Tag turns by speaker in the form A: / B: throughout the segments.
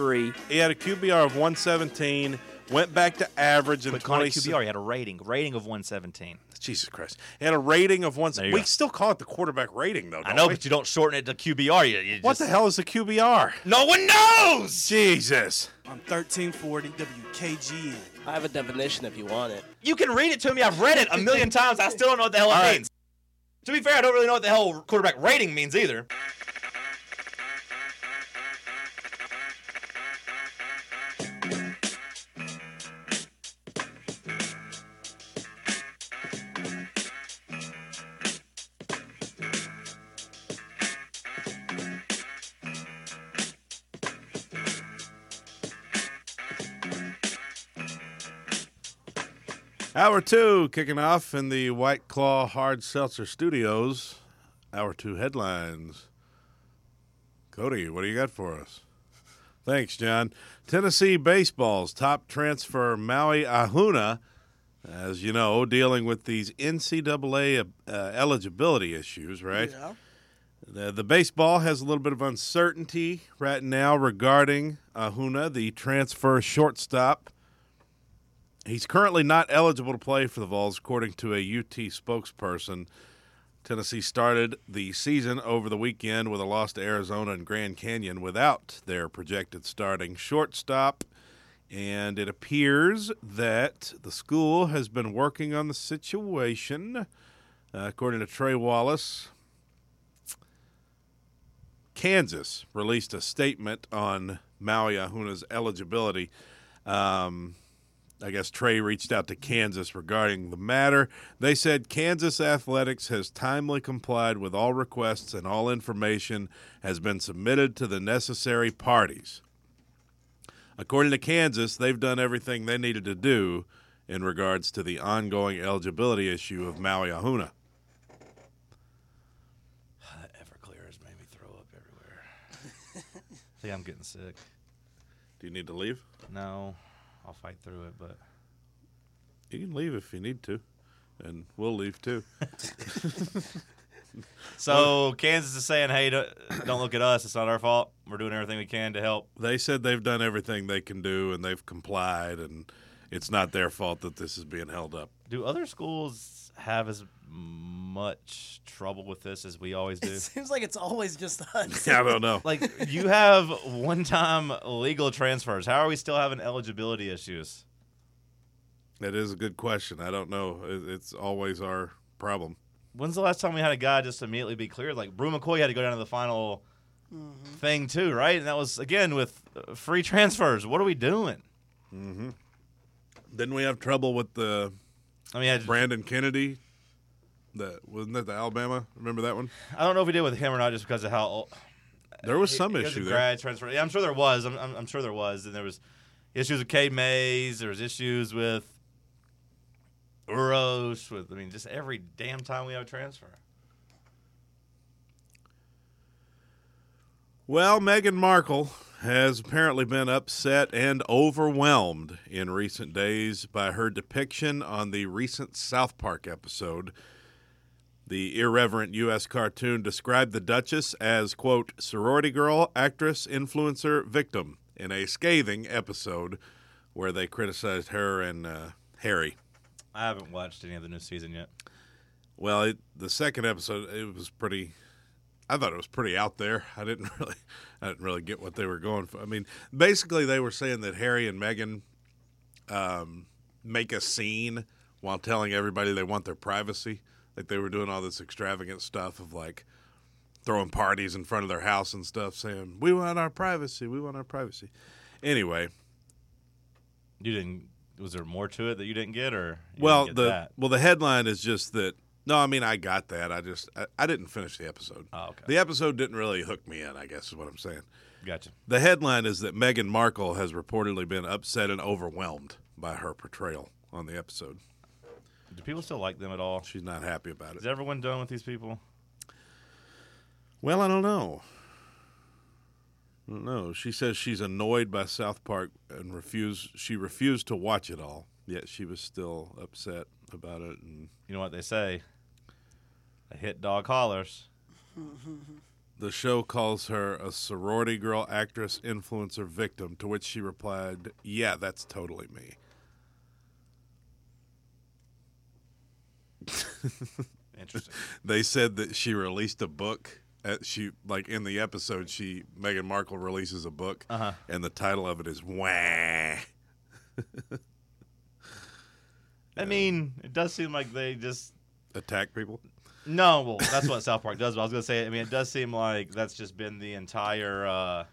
A: three.
B: He had a QBR of 117, went back to average in
A: But calling it
B: 20
A: QBR, he had a rating, rating of 117.
B: Jesus Christ. He had a rating of one.
A: There you
B: We
A: go.
B: still call it the quarterback rating, though.
A: I
B: don't
A: know,
B: we?
A: but you don't shorten it to QBR. You, you
B: What
A: just-
B: the hell is the QBR?
A: No one knows.
B: Jesus.
C: on 1340 WKGN.
D: I have a definition if you want it.
A: You can read it to me. I've read it a million times. I still don't know what the hell it
B: All right.
A: means. To be fair, I don't really know what the hell quarterback rating means either.
B: Hour two kicking off in the White Claw Hard Seltzer Studios. Hour two headlines. Cody, what do you got for us? Thanks, John. Tennessee baseball's top transfer, Maui Ahuna, as you know, dealing with these NCAA uh, eligibility issues, right?
C: Yeah.
B: The, the baseball has a little bit of uncertainty right now regarding Ahuna, the transfer shortstop. He's currently not eligible to play for the Vols, according to a UT spokesperson. Tennessee started the season over the weekend with a loss to Arizona and Grand Canyon without their projected starting shortstop. And it appears that the school has been working on the situation. Uh, according to Trey Wallace, Kansas released a statement on Maui Ahuna's eligibility. Um, I guess Trey reached out to Kansas regarding the matter. They said Kansas Athletics has timely complied with all requests and all information has been submitted to the necessary parties. According to Kansas, they've done everything they needed to do in regards to the ongoing eligibility issue of Maui Ahuna.
A: That Uh, Everclear has made me throw up everywhere. I think I'm getting sick.
B: Do you need to leave?
A: No, I'll fight through it, but
B: You can leave if you need to, and we'll leave too.
A: so Kansas is saying, "Hey, don't, don't look at us. It's not our fault. We're doing everything we can to help."
B: they said they've done everything they can do and they've complied and it's not their fault that this is being held up.
A: Do other schools have as much trouble with this as we always do?
E: It seems like it's always just us.
B: I don't know.
A: like you have one-time legal transfers. How are we still having eligibility issues?
B: That is a good question. I don't know. It- It's always our problem.
A: When's the last time we had a guy just immediately be cleared? Like Brew McCoy had to go down to the final thing too, right? And that was again with uh, free transfers. What are we doing?
B: Didn't we have trouble with the
A: I mean, I,
B: Brandon Kennedy? That wasn't that the Alabama? Remember that one?
A: I don't know if we did with him or not, just because of how old,
B: There was some
A: He- he was
B: issue
A: a
B: there.
A: grad transfer. Yeah, I'm sure there was. I'm, I'm, I'm sure there was. And there was issues with K Mays. There was issues with Uros. With I mean, just every damn time we have a transfer.
B: Well, Meghan Markle has apparently been upset and overwhelmed in recent days by her depiction on the recent South Park episode. The irreverent U.S. cartoon described the Duchess as, quote, sorority girl, actress, influencer, victim in a scathing episode where they criticized her and uh, Harry.
A: I haven't watched any of the new season yet.
B: Well, it, the second episode, it was pretty. I thought it was pretty out there. I didn't really, I didn't really get what they were going for. I mean, basically, they were saying that Harry and Meghan um, make a scene while telling everybody they want their privacy. Like they were doing all this extravagant stuff of like throwing parties in front of their house and stuff, saying we want our privacy, we want our privacy. Anyway,
A: You didn't. Was there more to it that you didn't get, or you
B: well
A: didn't
B: the
A: get that?
B: well the headline is just that no i mean i got that i just i, I didn't finish the episode
A: Oh, okay.
B: the episode didn't really hook me in i guess is what i'm saying
A: gotcha.
B: the headline is that meghan markle has reportedly been upset and overwhelmed by her portrayal on the episode
A: Do people still like them at all?
B: she's not happy about
A: Is
B: it
A: everyone done with these people?
B: well i don't know I don't know. she says she's annoyed by South Park and refused. She refused to watch it all. Yet she was still upset about it. And
A: You know what they say. A hit dog hollers.
B: The show calls her a sorority girl, actress, influencer, victim, to which she replied, Yeah, that's totally me.
A: Interesting.
B: They said that she released a book. At she like in the episode, she Meghan Markle releases a book,
A: Uh-huh.
B: and the title of it is "Wah."
A: I mean, it does seem like they just
B: Attack people.
A: no. Well, that's what South Park does. But I was gonna say, I mean, it does seem like that's just been the entire uh,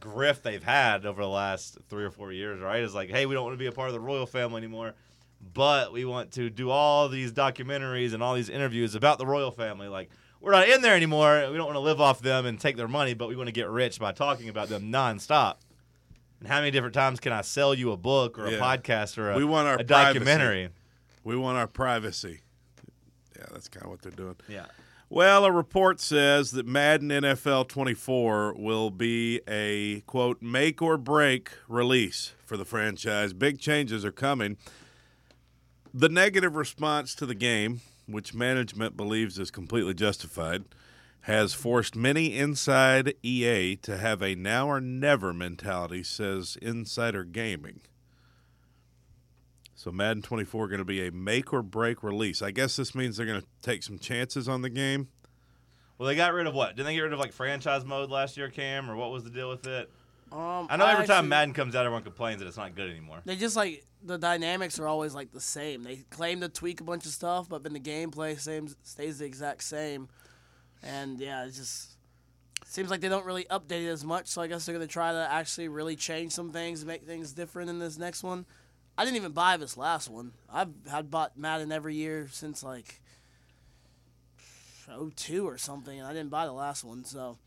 A: grift they've had over the last three or four years, right? It's like, hey, we don't want to be a part of the royal family anymore, but we want to do all these documentaries and all these interviews about the royal family, like. We're not in there anymore. We don't want to live off them and take their money, but we want to get rich by talking about them nonstop. And how many different times can I sell you a book or a
B: Yeah.
A: podcast or a,
B: We want our
A: a
B: privacy.
A: documentary?
B: We want our privacy. Yeah, that's kind of what they're doing.
A: Yeah.
B: Well, a report says that Madden NFL 24 will be a quote make or break release for the franchise. Big changes are coming. The negative response to the game, which management believes is completely justified, has forced many inside EA to have a now or never mentality, says Insider Gaming. So Madden 24 going to be a make or break release. I guess this means they're going to take some chances on the game.
A: Well, they got rid of what? Didn't they get rid of like franchise mode last year, Cam? Or what was the deal with it?
E: Um,
A: I know every time
E: actually-
A: Madden comes out, everyone complains that it's not good anymore.
E: They just like the dynamics are always like the same. They claim to tweak a bunch of stuff, but then the gameplay same stays the exact same. And yeah, it just seems like they don't really update it as much. So I guess they're gonna try to actually really change some things, make things different in this next one. I didn't even buy this last one. I've had bought Madden every year since like 02 or something, and I didn't buy the last one. So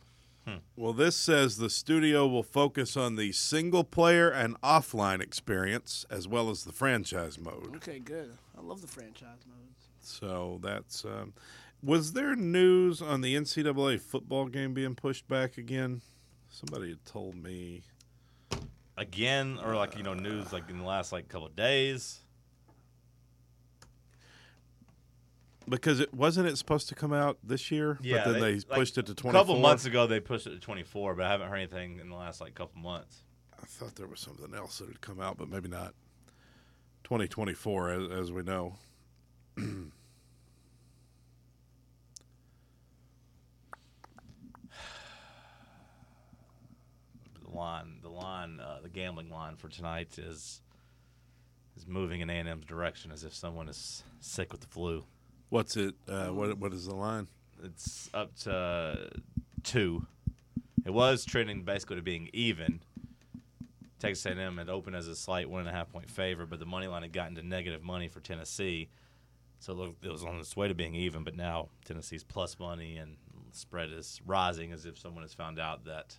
B: Well, this says the studio will focus on the single player and offline experience as well as the franchise mode.
E: okay, good. I love the franchise mode.
B: So that's um, was there news on the NCAA football game being pushed back again? Somebody had told me.
A: Again, or like, you know, news like in the last like couple of days.
B: Because it wasn't it supposed to come out this year,
A: Yeah,
B: but then
A: they-
B: they,
A: like,
B: pushed it to
A: A
B: twenty.
A: couple months ago, they pushed it to 24, but I haven't heard anything in the last like couple months.
B: I thought there was something else that had come out, but maybe not. 2024, as, as we know.
A: The line, the line, uh, the gambling line for tonight is is moving in A&M's direction as if someone is sick with the flu.
B: What's it? Uh, what What is the line?
A: It's up to uh, two. It was trending basically to being even. Texas A&M had opened as a slight one and a half point favor, but the money line had gotten to negative money for Tennessee, so it looked- it was on its way to being even. But now Tennessee's plus money and spread is rising as if someone has found out that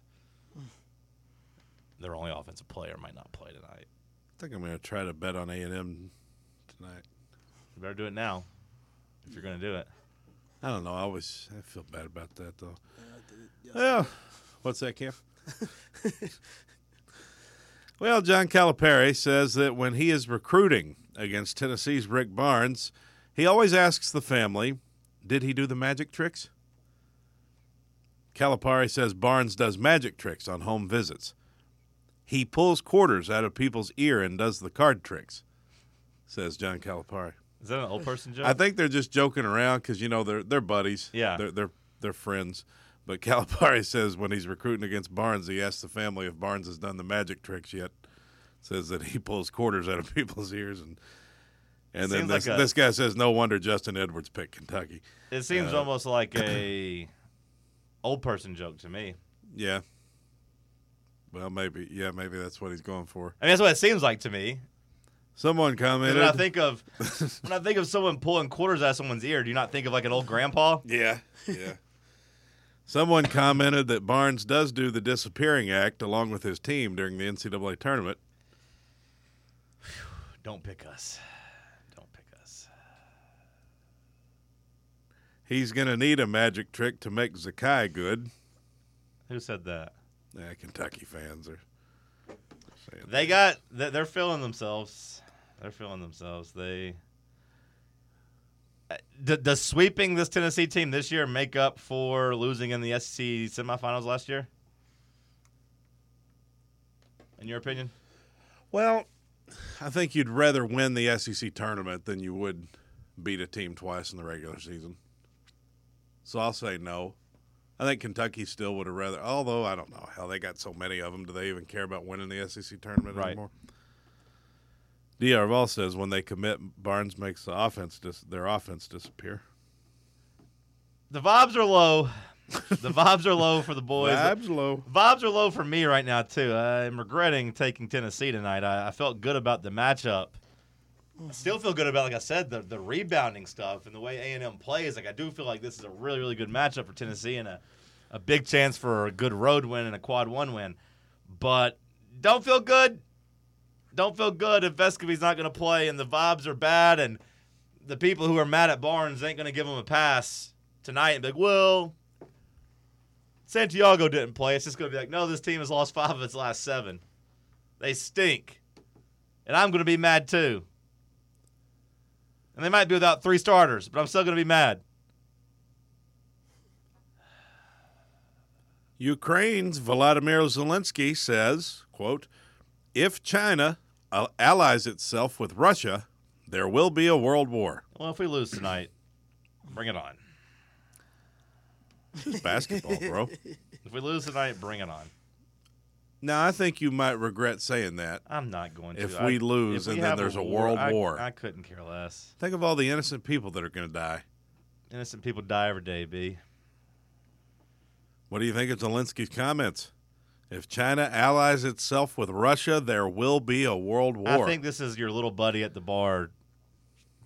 A: their only offensive player might not play tonight.
B: I think I'm going to try to bet on A and M tonight.
A: You better do it now if you're going to do it.
B: I don't know. I always I feel bad about that though. Well, what's that, Cam? well, John Calipari says that when he is recruiting against Tennessee's Rick Barnes, he always asks the family, "Did he do the magic tricks?" Calipari says Barnes does magic tricks on home visits. He pulls quarters out of people's ear and does the card tricks, says John Calipari.
A: Is that an old person joke?
B: I think they're just joking around because you know they're they're buddies.
A: Yeah.
B: they're they're, they're friends. But Calipari says when he's recruiting against Barnes, he asks the family if Barnes has done the magic tricks yet. Says that he pulls quarters out of people's ears, and and then
A: Seems
B: this,
A: like a-
B: this guy says, "No wonder Justin Edwards picked Kentucky."
A: it seems
B: Uh,
A: almost like a old person joke to me.
B: Yeah. Well, maybe yeah, maybe that's what he's going for.
A: I mean, that's what it seems like to me.
B: Someone
A: 'Cause
B: commented.
A: When I think of when I think of someone pulling quarters out of someone's ear, do you not think of like an old grandpa?
B: Yeah, yeah. Someone commented that Barnes does do the disappearing act along with his team during the NCAA tournament.
A: Don't pick us. Don't pick us.
B: He's going to need a magic trick to make Zakai good.
A: Who said that?
B: Yeah, Kentucky fans are saying
A: They got. they- They're feeling themselves. They're feeling themselves. They uh, d- does sweeping this Tennessee team this year make up for losing in the SEC semifinals last year? In your opinion?
B: Well, I think you'd rather win the SEC tournament than you would beat a team twice in the regular season. So I'll say no. I think Kentucky still would have rather, although I don't know how they got so many of them. Do they even care about winning the SEC tournament
A: Right.
B: anymore? D. Arval says when they commit, Barnes makes the offense dis- their offense disappear.
A: The vibes are low. The vibes are low for the boys.
B: Vibes low.
A: Vibes are low for me right now too. I'm regretting taking Tennessee tonight. I, I felt good about the matchup. I still feel good about, like I said, the, the rebounding stuff and the way A and M plays. Like I do feel like this is a really really good matchup for Tennessee and a, a big chance for a good road win and a quad one win. But don't feel good. Don't feel good if Vescovy's not going to play and the vibes are bad and the people who are mad at Barnes ain't going to give him a pass tonight and be like, well, Santiago didn't play. It's just going to be like, no, this team has lost five of its last seven. They stink. And I'm going to be mad too. And they might be without three starters, but I'm still going to be mad.
B: Ukraine's Volodymyr Zelensky says, quote, if China uh, allies itself with Russia, there will be a world war.
A: Well, if we lose tonight, bring it on.
B: This is basketball, bro.
A: If we lose tonight, bring it on.
B: Now, I think you might regret saying that.
A: I'm not going to.
B: If
A: I-
B: we lose and then
A: have
B: there's a world
A: I-
B: war.
A: I, couldn't care less.
B: Think of all the innocent people that are going to die.
A: Innocent people die every day, B.
B: What do you think of Zelensky's comments? If China allies itself with Russia, there will be a world
A: I
B: war.
A: think this is your little buddy at the bar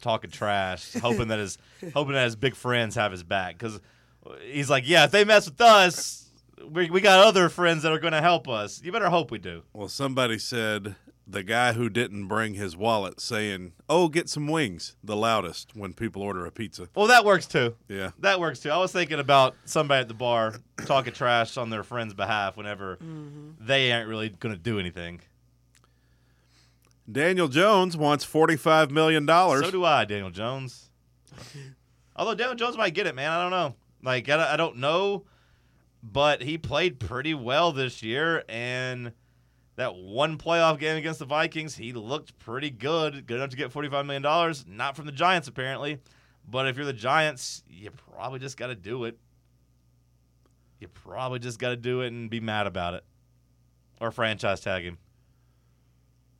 A: talking trash, hoping that his hoping that his big friends have his back because he's like, yeah, if they mess with us, we, we got other friends that are going to help us. You better hope we do.
B: well, somebody said the guy who didn't bring his wallet saying, "Oh, get some wings," the loudest when people order a pizza.
A: Well, that works too.
B: Yeah.
A: That works too. I was thinking about somebody at the bar talking trash on their friend's behalf whenever they aren't really going to do anything.
B: Daniel Jones wants $45 million.
A: So do I, Daniel Jones. Although Daniel Jones might get it, man. I don't know. Like I don't, I don't know, but he played pretty well this year, and that one playoff game against the Vikings, he looked pretty good. Good enough to get forty-five million dollars. Not from the Giants, apparently. But if you're the Giants, you probably just got to do it. You probably just got to do it and be mad about it, or franchise tag him.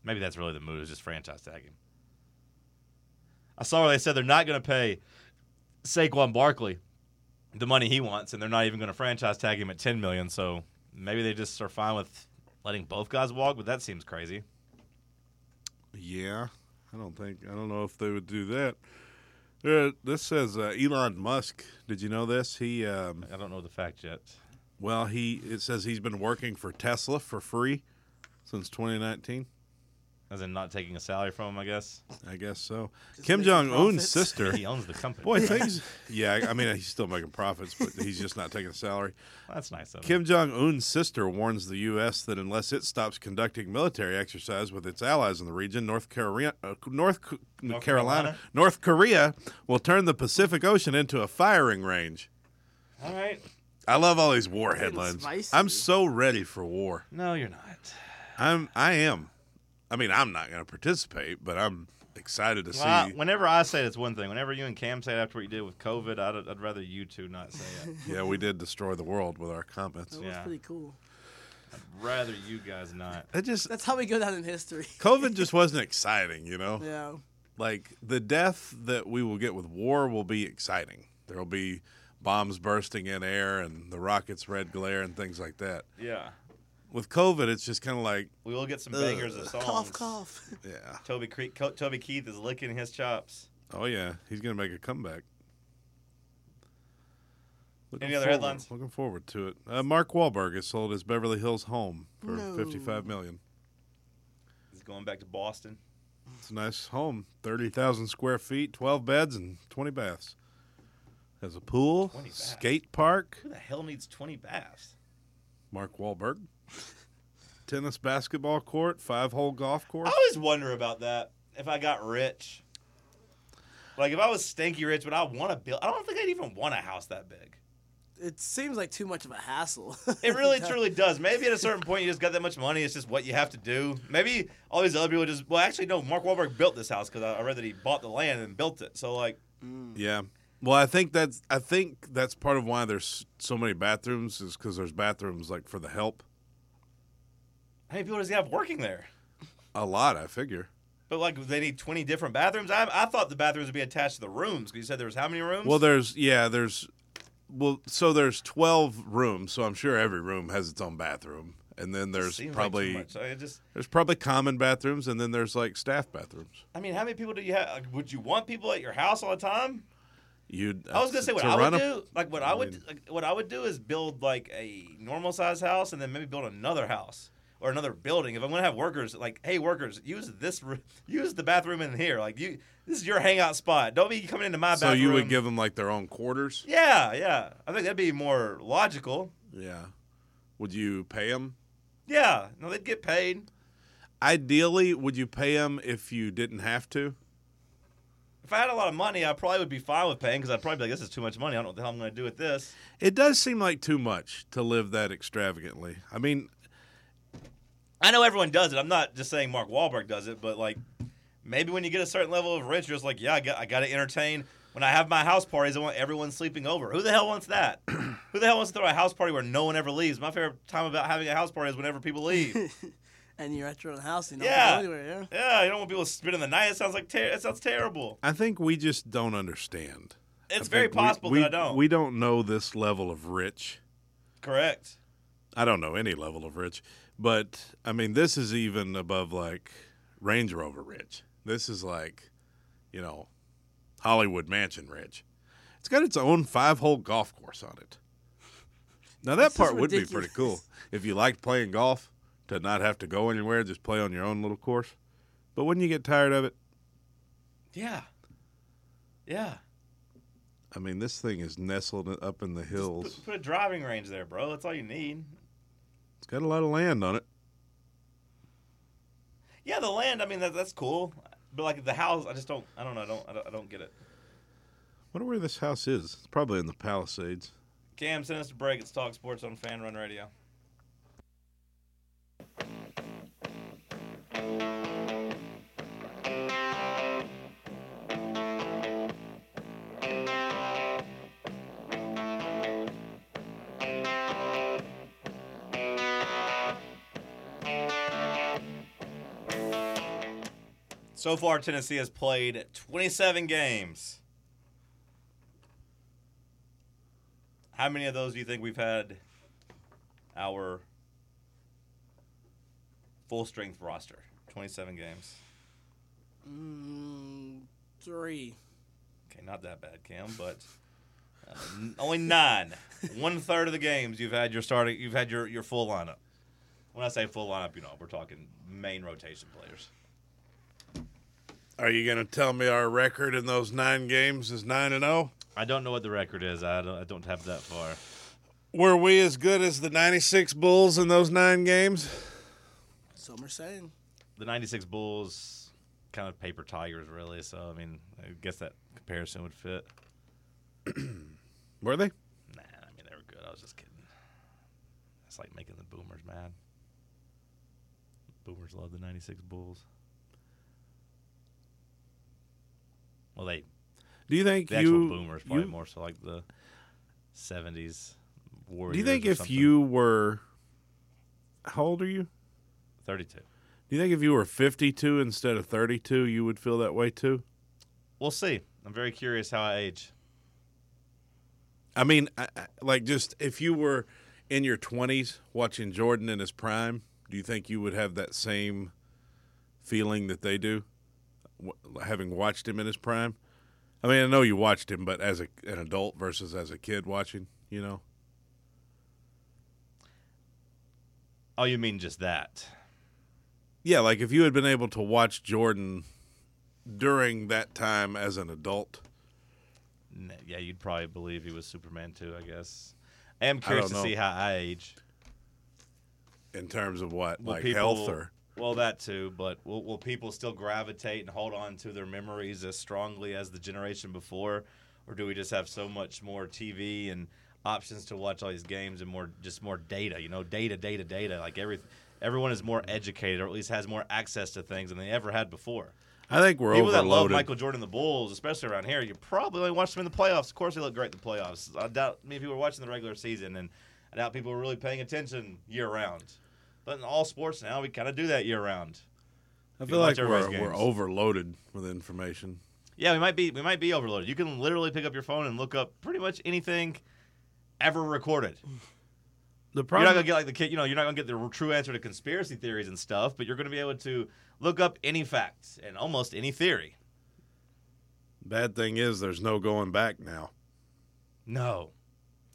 A: Maybe that's really the move is just franchise tag him. I saw where they said they're not going to pay Saquon Barkley the money he wants, and they're not even going to franchise tag him at ten million. So maybe they just are fine with letting both guys walk, but that seems crazy.
B: Yeah, I don't think I don't know if they would do that. Uh, this says uh, Elon Musk. Did you know this? He um,
A: I don't know the fact yet.
B: well, he it says he's been working for Tesla for free since 2019.
A: As in not taking a salary from him, I guess.
B: I guess so. Kim
E: making
B: Jong Un's
E: profits.
B: sister.
A: He owns the company.
B: Boy, things. Yeah, I mean he's still making profits, but he's just not taking a salary.
A: That's nice of him.
B: Kim Jong Un's sister warns the U.S. that unless it stops conducting military exercise with its allies in the region, North Korea, uh, North, C- Carolina,
A: Carolina?
B: North Korea will turn the Pacific Ocean into a firing range.
A: All right.
B: I love all these war
E: Getting
B: headlines.
E: spicy.
B: I'm so ready for war.
A: No, you're not.
B: I'm. I am. I mean, I'm not going to participate, but I'm excited to see.
A: Well, I- whenever I say it, it's one thing. Whenever you and Cam say it after what you did with COVID, I'd, I'd rather you two not say it.
B: yeah, we did destroy the world with our comments.
E: That
A: Yeah.
E: was pretty cool.
A: rather you guys not.
B: It just
E: That's how we go down in history.
B: COVID just wasn't exciting, you know.
E: yeah.
B: like the death that we will get with war will be exciting. There will be bombs bursting in air and the rockets' red glare and things like that.
A: Yeah.
B: With COVID, it's just kind of like,
A: We will get some bangers of songs.
E: Cough, cough.
B: yeah,
A: Toby, Cre- Co- Toby Keith is licking his chops.
B: oh yeah, he's gonna make a comeback. Looking
A: Any other
B: forward-
A: headlines?
B: Looking forward to it. Uh, Mark Wahlberg has sold his Beverly Hills home for
E: No.
B: fifty-five million.
A: He's going back to Boston.
B: It's a nice home, thirty thousand square feet, twelve beds and twenty baths. Has a pool,
A: 20 baths.
B: skate park.
A: Who the hell needs 20 baths?
B: Mark Wahlberg. Tennis basketball court, five hole golf
A: I
B: course.
A: always wonder about that. If I got rich, Like if I was stinky rich, but I want to build. I don't think I'd even want a house that big.
E: It seems like too much of a hassle.
A: It really, truly does. Maybe at a certain point, you just got that much money. It's just what you have to do. Maybe all these other people just. Well, actually, no. Mark Wahlberg built this house because I I read that he bought the land and built it. So like,
B: Oh. Yeah. Well, I think that's I think that's part of why there's so many bathrooms is because there's bathrooms like for the help.
A: how many people does he have working there?
B: A lot, I figure.
A: But like, they need twenty different bathrooms. I, I thought the bathrooms would be attached to the rooms. 'cause you said there was how many rooms?
B: Well, there's yeah, there's well, so there's twelve rooms, so I'm sure every room has its own bathroom, and then there's
A: Seems like too
B: probably
A: much. I just.
B: there's probably common bathrooms, and then there's like staff bathrooms.
A: I mean, how many people do you have? Like, would you want people at your house all the time?
B: You,
A: I was gonna say what I
B: run
A: would
B: a-
A: do. Like what I, would,
B: mean-
A: like, what I would do is build like a normal size house, and then maybe build another house or another building. If I'm gonna have workers, like, hey, workers, use this, r- use the bathroom in here. Like you, this is your hangout spot. Don't be coming into my
B: So
A: bathroom.
B: you would give them like their own quarters.
A: Yeah, yeah. I think that'd be more logical.
B: Yeah. Would you pay them?
A: Yeah. No, they'd get paid.
B: Ideally, would you pay them if you didn't have to?
A: If I had a lot of money, I probably would be fine with paying because I'd probably be like, this is too much money. I don't know what the hell I'm gonna do with this.
B: It does seem like too much to live that extravagantly. I mean,
A: I know everyone does it. I'm not just saying Mark Wahlberg does it, but like maybe when you get a certain level of rich, you're just like, yeah, I got, I got to entertain. When I have my house parties, I want everyone sleeping over. Who the hell wants that? Who the hell wants to throw a house party where no one ever leaves? My favorite time about having a house party is whenever people leave.
E: and you're at your own house, you know,
A: Yeah.
E: yeah. anywhere, yeah.
A: yeah, you don't want people spending the night. It sounds like ter- it sounds terrible.
B: I think we just don't understand. I
A: It's very
B: think we-
A: possible
B: we,
A: that I don't.
B: We don't know this level of rich.
A: Correct.
B: I don't know any level of rich, but I mean, this is even above like Range Rover rich. This is like, you know, Hollywood Mansion rich. It's got its own five hole golf course on it. Now, that
E: is
B: part would be pretty
E: ridiculous.
B: cool if you liked playing golf to not have to go anywhere, just play on your own little course. But wouldn't you get tired of it?
A: Yeah. Yeah.
B: I mean, this thing is nestled up in the hills.
A: Put, put a driving range there, bro. That's all you need.
B: It's got a lot of land on it.
A: Yeah, the land. I mean, that, that's cool. But like the house, I just don't. I don't know. I don't. I don't, I don't get it.
B: wonder where this house is. It's probably in the Palisades.
A: Cam, send us a break. It's Talk Sports on Fan Run Radio. So far, Tennessee has played 27 games. How many of those do you think we've had our full strength roster? 27 games.
E: Mm, three.
A: Okay, not that bad, Cam, but uh, n- only nine. One third of the games you've had your starting, you've had your, your full lineup. When I say full lineup, you know we're talking main rotation players.
B: Are you going to tell me our record in those nine games is 9 and oh? 0?
A: I don't know what the record is. I don't, I don't have that far.
B: Were we as good as the 96 Bulls in those nine games?
E: Some are saying.
A: The '96 Bulls, kind of paper tigers, really. So I mean, I guess that comparison would fit.
B: Were they?
A: Nah, I mean they were good. I was just kidding. It's like making the boomers mad. Boomers love the '96 Bulls. Well, they
B: Do you think
A: the
B: you
A: actual boomers probably
B: you-
A: more so like the '70s Warriors.
B: Do you think
A: or
B: if
A: something.
B: you were How old are you?
A: 32?
B: Do you think if you were 52 instead of 32 you would feel that way too?
A: We'll see. I'm very curious how I age.
B: I mean, I, I- like just if you were in your 20s watching Jordan in his prime, do you think you would have that same feeling that they do w- having watched him in his prime? I mean, I know you watched him, but as a, an adult versus as a kid watching, you know.
A: Oh, you mean just that?
B: Yeah, like if you had been able to watch Jordan during that time as an adult.
A: N- Yeah, you'd probably believe he was Superman too. I guess. I am curious
B: don't
A: to
B: know.
A: see how I age.
B: In terms of what,
A: Will
B: like
A: people-
B: health or
A: Well, that too, but will, will people still gravitate and hold on to their memories as strongly as the generation before, or do we just have so much more TV and options to watch all these games and more just more data? You know, data, data, data. Like every everyone is more educated, or at least has more access to things than they ever had before.
B: I think we're
A: People that love
B: overloaded.
A: Michael Jordan and the Bulls, especially around here, you probably only watch them in the playoffs. Of course, they look great in the playoffs. I doubt many people are watching the regular season, and I doubt people are really paying attention year round. But in all sports now, we kind of do that year round.
B: I
A: You
B: feel
A: watch
B: like we're,
A: everybody's
B: we're
A: games.
B: overloaded with information.
A: Yeah, we might be we might be overloaded. You can literally pick up your phone and look up pretty much anything ever recorded.
B: The
A: You're
B: problem,
A: not gonna get like the kid, you know, you're not gonna get the true answer to conspiracy theories and stuff, but you're gonna be able to look up any facts and almost any theory.
B: bad thing is there's no going back now.
A: No,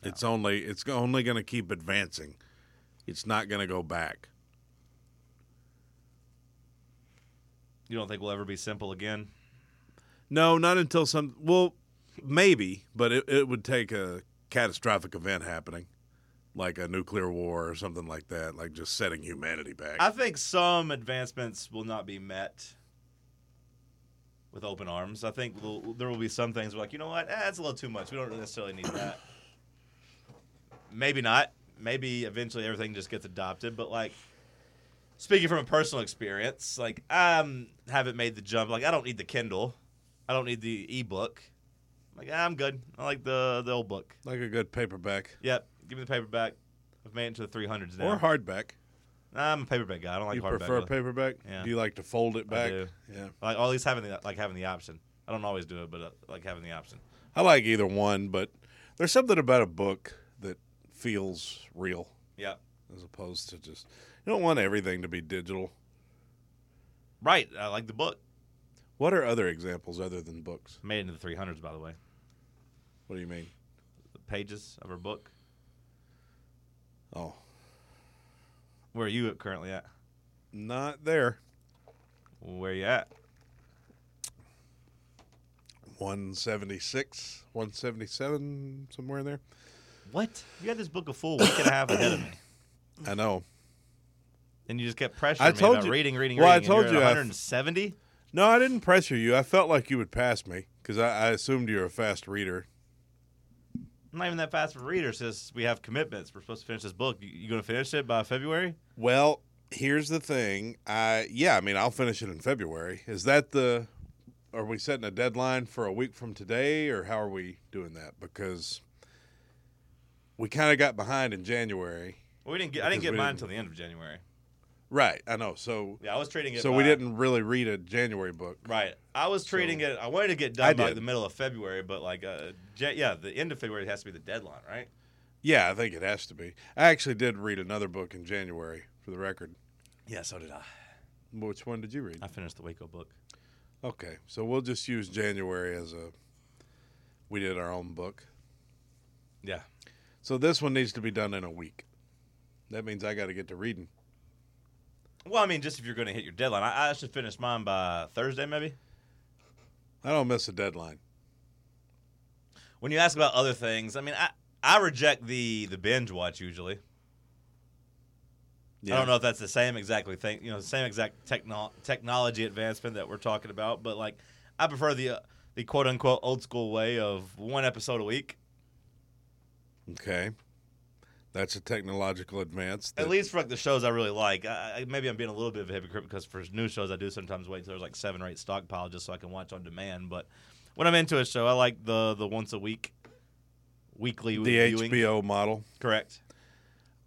B: It's only it's only going to keep advancing. It's not going to go back.
A: you don't think we'll ever be simple again.
B: No, not until some. Well, maybe, but it, it would take a catastrophic event happening, like a nuclear war or something like that, like just setting humanity back.
A: I think some advancements will not be met with open arms. I think we'll- there will be some things we're like, you know what, eh, that's a little too much. We don't necessarily need that. Maybe not. Maybe eventually everything just gets adopted. But like, speaking from a personal experience, like I um, haven't made the jump. Like I don't need the Kindle. I don't need the ebook. Like I'm good. I like the the old book.
B: like a good paperback
A: Yep, give me the paperback. I've made it to the 300s now.
B: or hardback.
A: Nah, I'm a paperback guy. I don't like
B: you
A: hardback.
B: prefer
A: really.
B: a paperback?
A: Yeah.
B: Do you like to fold it back?
A: do.
B: Yeah.
A: Like or at least having the like having the option. I don't always do it, but uh, like having the option.
B: I like either one, but there's something about a book that feels real
A: Yeah,
B: as opposed to just you don't want everything to be digital.
A: right. I like the book.
B: What are other examples other than books?
A: Made into the 300s, by the way.
B: What do you mean?
A: The pages of her book.
B: Oh,
A: Where are you at currently at?
B: not there.
A: Where you at?
B: 176, 177, somewhere in there.
A: What? You had this book a full week and a half ahead of me,
B: I know.
A: and you just kept pressuring
B: I
A: me
B: told
A: about
B: you-
A: reading, reading,
B: well, I
A: reading. and
B: told
A: you're
B: you I-
A: at 170.
B: No, I didn't pressure you. I felt like you would pass me because I, I assumed you're a fast reader.
A: I'm not even that fast of a reader. Since we have commitments, we're supposed to finish this book. You, you gonna finish it by February?
B: Well, here's the thing. I yeah, I mean, I'll finish it in February. Is that the? Are we setting a deadline for a week from today, or how are we doing that? Because we kind of got behind in January.
A: Well, we didn't get. I didn't
B: Because
A: get
B: we
A: mine
B: didn't-
A: until the end of January.
B: Right, I know. So
A: Yeah, I was treating it.
B: so we
A: by-
B: didn't really read a January book.
A: Right. I was treating it. I wanted to get
B: I
A: done by
B: did.
A: the middle of February, but like, uh, ja yeah, the end of February has to be the deadline, right?
B: Yeah, I think it has to be. I actually did read another book in January, for the record.
A: Yeah. So did I.
B: Which one did you read?
A: I finished the Waco book.
B: Okay, so we'll just use January as a. We did our own book.
A: Yeah.
B: So this one needs to be done in a week. That means I got to get to reading.
A: Well, I mean, just if you're going to hit your deadline, I, I should finish mine by Thursday, maybe.
B: I don't miss a deadline.
A: When you ask about other things, I mean, I I reject the the binge watch usually. I don't know if that's the same exactly thing, you know, the same exact techno- technology advancement that we're talking about, but like, I prefer the uh, the quote unquote old school way of one episode a week.
B: Okay, that's a technological advance.
A: At
B: that-
A: least for like the shows I really like. I, I- maybe I'm being a little bit of a hypocrite because for new shows I do sometimes wait until there's like seven or eight stockpile just so I can watch on demand. But when I'm into a show, I like the the once a week, weekly
B: the
A: viewing.
B: HBO model.
A: Correct.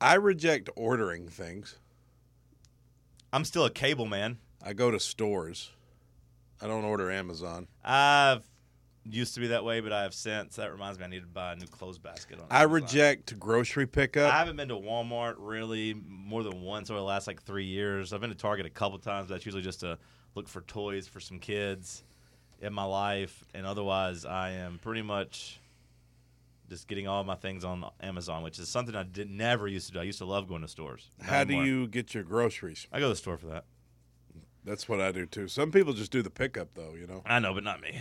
B: I reject ordering things.
A: I'm still a cable man.
B: I go to stores. I don't order Amazon.
A: I've used to be that way, but I have since. That reminds me, I need to buy a new clothes basket. On
B: I
A: Amazon.
B: reject grocery
A: I
B: pickup.
A: haven't been to Walmart really more than once over the last like three years. I've been to Target a couple times, but that's usually just to look for toys for some kids in my life. And otherwise, I am pretty much just getting all my things on Amazon, which is something I did never used to do. I used to love going to stores. Not
B: How do
A: anymore.
B: you get your groceries?
A: I go to the store for that.
B: That's what I do too. Some people just do the pickup though, you know.
A: I know, but not me.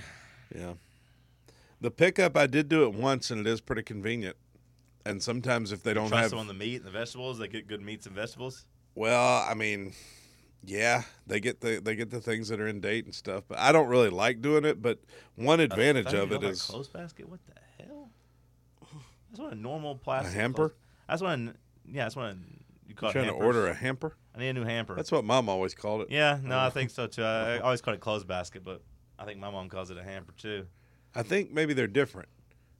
B: Yeah. The pickup I did do it once and it is pretty convenient. And sometimes if they don't
A: Trust
B: have
A: them on the meat and the vegetables. They get good meats and vegetables.
B: well, I mean Yeah, they get the they get the things that are in date and stuff, but I don't really like doing it. But one
A: I
B: advantage
A: didn't
B: of
A: know
B: it
A: about
B: is
A: clothes basket. What the hell? That's what a normal plastic
B: hamper?
A: clothes- That's what. A, yeah, that's what a, you call it.
B: trying to
A: hampers.
B: order a hamper.
A: I need a new hamper.
B: That's what mom always called it.
A: yeah, no, I think so too. I, I always call it clothes basket, but I think my mom calls it a hamper too.
B: I think maybe they're different.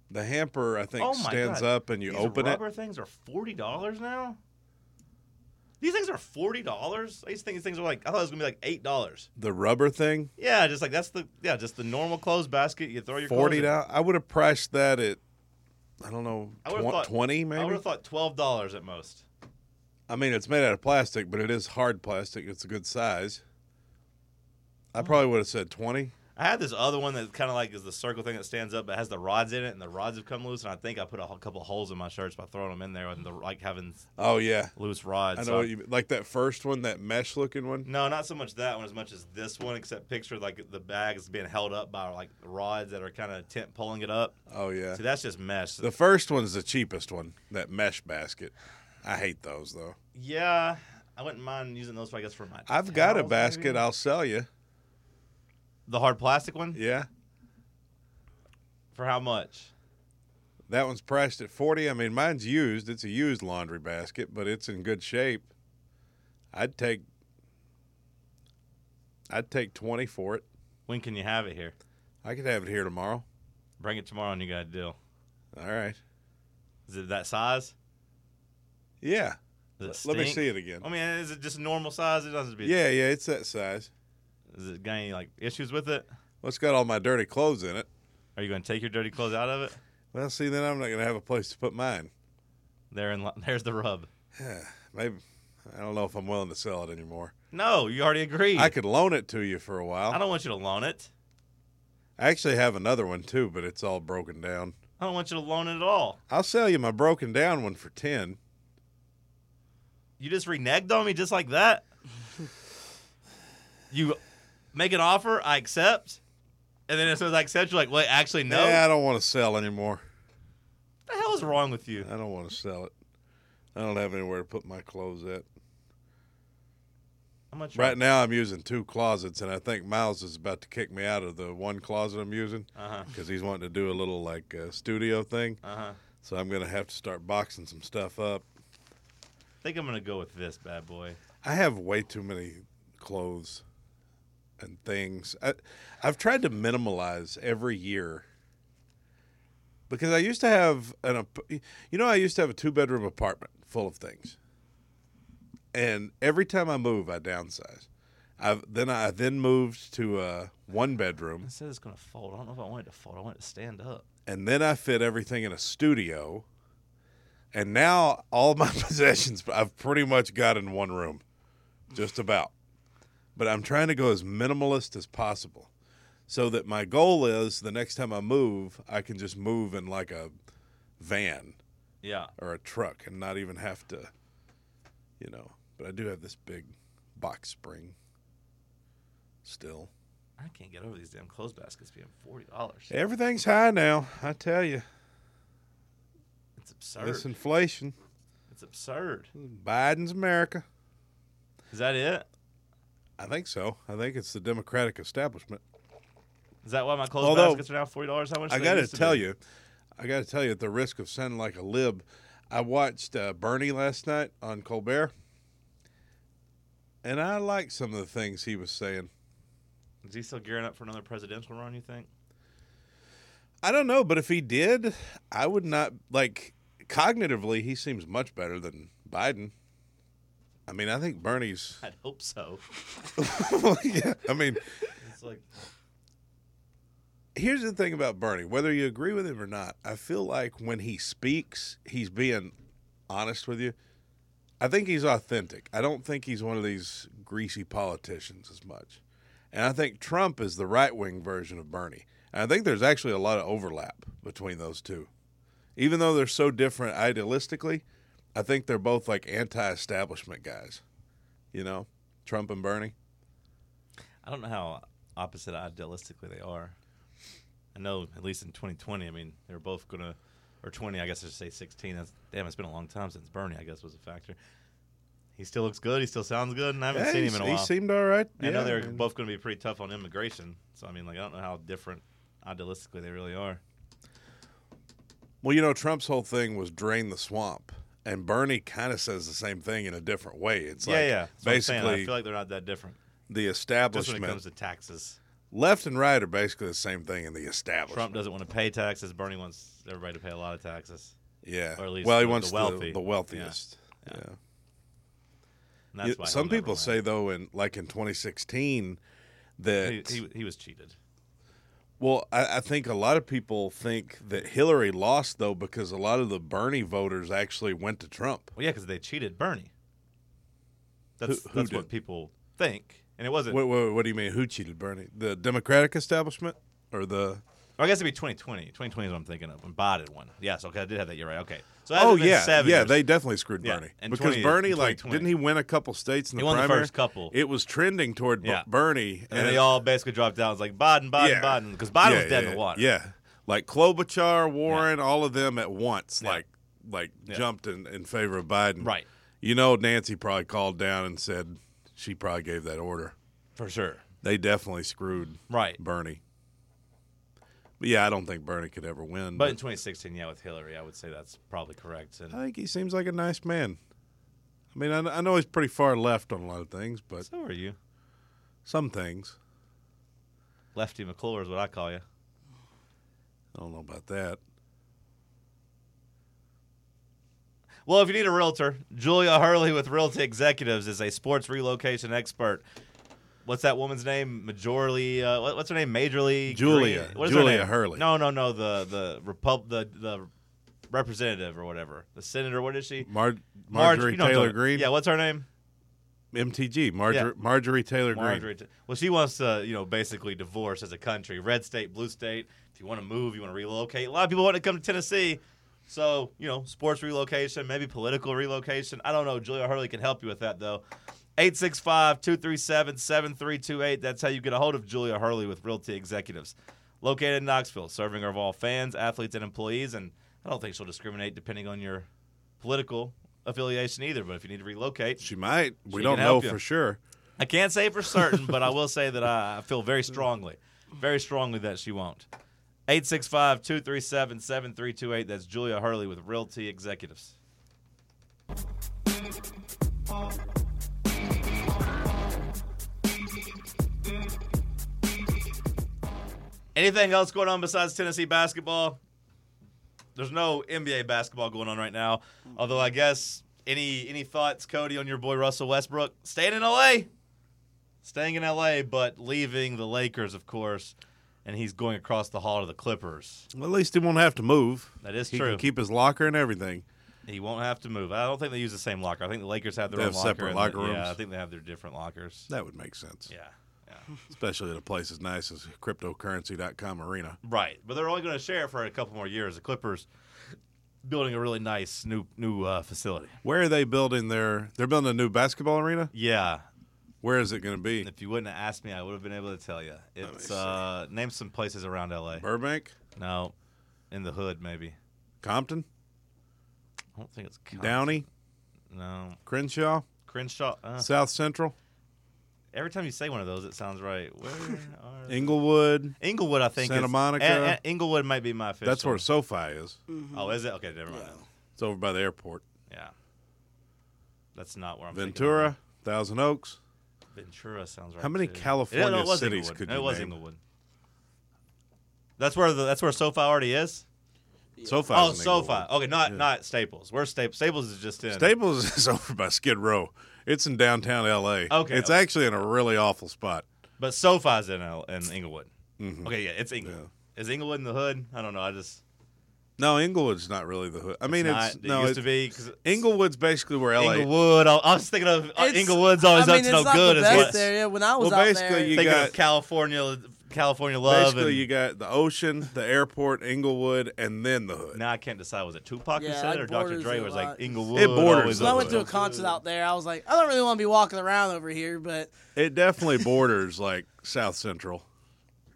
B: The hamper, I think,
A: oh my
B: stands
A: God.
B: up and you
A: These
B: open it.
A: rubber things are forty dollars now. These things are forty dollars. I used to think these things were like I thought it was gonna be like eight dollars.
B: The rubber thing,
A: Yeah, just like that's the yeah, just the normal clothes basket. You throw your clothes
B: forty
A: in.
B: dollars. I would have priced that at, I don't know,
A: I would've
B: twen-
A: thought-
B: twenty
A: I would
B: maybe.
A: have thought twelve dollars at most.
B: I mean, it's made out of plastic, but it is hard plastic. It's a good size.
A: Oh.
B: I probably would have said twenty.
A: I had this other one that kind of like is the circle thing that stands up, but has the rods in it, and the rods have come loose. And I think I put a, ho- couple holes in my shirts by throwing them in there and the, like having
B: Oh yeah,
A: loose rods.
B: I
A: So
B: know what you like that first one, that mesh looking one.
A: No, not so much that one as much as this one, except picture like the bags being held up by like rods that are kind of tent pulling it up.
B: Oh yeah.
A: See, that's just mesh.
B: The first one's the cheapest one, that mesh basket. I hate those though.
A: yeah, I wouldn't mind using those, I guess, for my.
B: I've got a
A: towels,
B: basket
A: maybe?
B: I'll sell you.
A: The hard plastic one?
B: Yeah.
A: For how much?
B: That one's priced at 40. I mean, mine's used. It's a used laundry basket, but it's in good shape. I'd take I'd take 20 for it.
A: When can you have it here?
B: I could have it here tomorrow.
A: Bring it tomorrow and you got a deal.
B: All right.
A: Is it that size?
B: Yeah.
A: Does it
B: Let me
A: stink? Oh,
B: see it again.
A: I mean, is it just normal size? It doesn't be.
B: Yeah, yeah, it's that size.
A: Is it got any like issues with it?
B: Well, it's got all my dirty clothes in it.
A: Are you going to take your dirty clothes out of it?
B: Well, see, then I'm not going to have a place to put mine.
A: There and there's the rub.
B: Maybe I don't know if I'm willing to sell it anymore.
A: No, you already agreed.
B: I could loan it to you for a while.
A: I don't want you to loan it.
B: I actually have another one too, but it's all broken down.
A: I don't want you to loan it at all.
B: I'll sell you my broken down one for 10.
A: You just reneged on me just like that. you make an offer, I accept, and then as soon as I accept, you're like, "Wait, actually, no."
B: Yeah, I don't want to sell anymore.
A: What the hell is wrong with you?
B: I don't want to sell it. I don't have anywhere to put my clothes at.
A: How much?
B: Right now, I'm using two closets, and I think Miles is about to kick me out of the one closet I'm using
A: Uh
B: because he's wanting to do a little like uh, studio thing.
A: huh. Uh huh.
B: So I'm going to have to start boxing some stuff up.
A: I think I'm gonna go with this bad boy.
B: I have way too many clothes and things. I, I've tried to minimalize every year because I used to have an, ap- you know, I used to have a two bedroom apartment full of things, and every time I move, I downsize. I've then I then moved to a one bedroom,
A: I said it's gonna fold. I don't know if I want it to fold. I want it to stand up.
B: and then I fit everything in a studio, and now all my possessions I've pretty much got in one room, just about. But I'm trying to go as minimalist as possible, so that my goal is the next time I move, I can just move in like a van
A: Yeah.
B: or a truck and not even have to, you know. But I do have this big box spring still.
A: I can't get over these damn clothes baskets being forty dollars.
B: Everything's high now, I tell you.
A: It's absurd.
B: This inflation,
A: It's absurd.
B: Biden's America.
A: Is that it?
B: I think so. I think it's the Democratic establishment.
A: Is that why my clothes
B: Although-
A: baskets are now forty dollars? How much?
B: I
A: they
B: got to
A: used
B: tell
A: be?
B: you, I got to tell you, at the risk of sounding like a lib, I watched uh, Bernie last night on Colbert, and I liked some of the things he was saying.
A: Is he still gearing up for another presidential run? You think?
B: I don't know, but if he did, I would not like cognitively. He seems much better than Biden. I mean, I think Bernie's.
A: I'd hope so.
B: yeah, I mean,
A: It's like
B: here's the thing about Bernie, whether you agree with him or not, I feel like when he speaks, he's being honest with you. I think he's authentic. I don't think he's one of these greasy politicians as much. And I think Trump is the right wing version of Bernie. And I think there's actually a lot of overlap between those two. Even though they're so different idealistically, I think they're both like anti establishment guys. You know, Trump and Bernie.
A: I don't know how opposite idealistically they are. I know at least in 2020, I mean, they were both gonna, or 20, I guess I should say 16. That's damn, it's been a long time since Bernie, I guess, was a factor. He still looks good. He still sounds good, and I haven't
B: Yeah,
A: seen him
B: he's-
A: in a
B: he
A: while.
B: seemed all right.
A: I know
B: Yeah,
A: they're
B: man.
A: both going to be pretty tough on immigration, so I mean, like, I don't know how different idealistically they really are.
B: Well, you know, Trump's whole thing was drain the swamp, and Bernie kind of says the same thing in a different way. It's
A: yeah,
B: like
A: yeah. That's what I'm saying.
B: basically
A: I feel like they're not that different.
B: the
A: Just when
B: establishment,
A: it comes to taxes,
B: left and right, are basically the same thing in the establishment.
A: Trump doesn't want to pay taxes. Bernie wants everybody to pay a lot of taxes.
B: yeah,
A: or at least
B: well, he
A: the- the
B: wants the,
A: wealthy.
B: the wealthiest. Yeah.
A: And that's
B: Yeah,
A: why he'll
B: Some
A: never
B: people
A: win.
B: say though, in like in 2016, that
A: he, he, he was cheated.
B: Well, I, I think a lot of people think that Hillary lost though because a lot of the Bernie voters actually went to Trump.
A: Well, yeah, because they cheated Bernie. That's
B: Who- who
A: that's what
B: did?
A: people think, and it wasn't.
B: Wait, wait, what do you mean? Who cheated Bernie? The Democratic establishment or the?
A: I guess it'd be 2020. 2020 is what I'm thinking of. When Biden won. Yes. Okay, I did have that. You're right. Okay. So that
B: oh
A: hasn't been
B: yeah,
A: seven
B: yeah,
A: years.
B: they definitely screwed
A: Yeah,
B: Bernie
A: in
B: because
A: 20
B: Bernie
A: in
B: like
A: 2020.
B: didn't he win a couple states in the
A: He won the
B: primary?
A: first couple.
B: It was trending toward B-
A: Yeah.
B: Bernie,
A: and they all basically dropped out. It's like Biden, Biden,
B: Yeah.
A: Biden, because Biden
B: yeah,
A: was dead
B: yeah,
A: in the water.
B: Yeah, like Klobuchar, Warren, all of them at once, like like jumped in, in favor of Biden.
A: Right.
B: You know, Nancy probably called down and said she probably gave that order.
A: for sure.
B: They definitely screwed
A: Right.
B: Bernie. But yeah, I don't think Bernie could ever win.
A: But in 2016, yeah, with Hillary, I would say that's probably correct. And
B: I think he seems like a nice man. I mean, I, I know he's pretty far left on a lot of things, but
A: so are you,
B: some things.
A: Lefty McClure is what I call you.
B: I don't know about that.
A: Well, if you need a realtor, Julia Hurley with Realty Executives is a sports relocation expert. What's that woman's name? Majorly, uh, what- what's her name? Majorly
B: Julia.
A: Green- what is her
B: Julia
A: name?
B: Hurley.
A: No, no, no. The the repub the the representative or whatever. The senator. What is she?
B: Mar-
A: Marge-
B: Marjorie
A: you know what I'm
B: Taylor
A: talking-
B: Greene,
A: Yeah. What's her name?
B: MTG, Marjor- Marjorie Taylor Greene.
A: Marjorie. Ta- Well, she wants to, you know, basically divorce as a country. Red state, blue state. If you want to move, you want to relocate. A lot of people want to come to Tennessee. So, you know, sports relocation, maybe political relocation. I don't know. Julia Hurley can help you with that, though. 865 237 7328. That's how you get a hold of Julia Hurley with Realty Executives. Located in Knoxville, serving of all fans, athletes, and employees. And I don't think she'll discriminate depending on your political affiliation either. But if you need to relocate,
B: She might. We
A: She
B: don't
A: can
B: know
A: help you.
B: for sure.
A: I can't say for certain, but I will say that I I feel very strongly, very strongly that she won't. 865 237 7328. That's Julia Hurley with Realty Executives. Anything else going on besides Tennessee basketball? There's no NBA basketball going on right now. Although I guess any any thoughts, Cody, on your boy Russell Westbrook staying in LA, staying in LA, but leaving the Lakers, of course, and he's going across the hall to the Clippers.
B: Well, at least he won't have to move.
A: That is
B: he
A: true.
B: Can keep his locker and everything.
A: He won't have to move. I don't think they use the same locker. I think the Lakers have their
B: They
A: own
B: have
A: locker.
B: separate
A: and
B: locker
A: the-
B: rooms.
A: Yeah, I think they have their different lockers.
B: That would make sense.
A: Yeah, yeah.
B: Especially at a place as nice as cryptocurrency.com arena.
A: Right, but they're only going to share for a couple more years. The Clippers building a really nice new new uh, facility.
B: Where are they building their they're building a new basketball arena?
A: Yeah,
B: Where is it gonna be?
A: if you wouldn't have asked me, I would have been able to tell you. It's uh, name some places around LA.
B: Burbank?
A: No, in the hood maybe.
B: Compton?
A: I don't think it's Compton.
B: Downey?
A: No,
B: Crenshaw?
A: Crenshaw. Uh,
B: South Central?
A: every time you say one of those, it sounds right. Where are
B: Inglewood?
A: Inglewood? I think
B: Santa
A: is-
B: Monica.
A: Eh, eh, Inglewood might be my official.
B: That's where SoFi is.
A: Oh, is it? Okay, never mind. then.
B: It's over by the airport.
A: Yeah, that's not where I'm. thinking of.
B: Ventura, Thousand Oaks.
A: Ventura sounds right.
B: How many
A: too.
B: California
A: Yeah, no, it was
B: cities
A: Inglewood.
B: could
A: No,
B: you
A: It was
B: name?
A: Inglewood. That's where the that's where SoFi already is.
B: SoFi.
A: Oh,
B: is in
A: SoFi.
B: Inglewood.
A: Okay, not not Staples. Where's Staples? Staples is just in.
B: Staples is over by Skid Row. It's in downtown LA.
A: Okay,
B: It's
A: okay.
B: actually in a really awful spot.
A: But SoFi's in L- in Inglewood.
B: Mm-hmm.
A: Okay, yeah, it's Inglewood. Is Inglewood in the hood? I don't know. I just
B: No, Inglewood's not really the hood. I mean,
A: not,
B: it's,
A: it
B: no.
A: used to
B: it-
A: be 'cause
B: Inglewood's basically where LA.
A: Inglewood. I I was thinking of uh,
E: It's-
A: Inglewood's always
E: I mean,
A: up to
E: it's
A: no
E: not
A: good.
E: The
A: Is
E: best
A: what
E: area. When I was
B: Well,
E: out
B: basically,
E: there,
B: you
A: thinking
B: got-
A: of California, California love.
B: Basically,
A: and,
B: you got the ocean, the airport, Inglewood, and then the hood.
A: now I can't decide was it Tupac who
E: Yeah,
A: said
E: like
A: it or Dr.
E: borders
A: Dre
E: it a
A: was
E: lot.
A: like
E: It
A: Inglewood.
B: borders
A: always
B: it.
E: So I went
A: up
E: to a concert out there. I was like, I don't really want to be walking around over here, but
B: It definitely borders like South Central,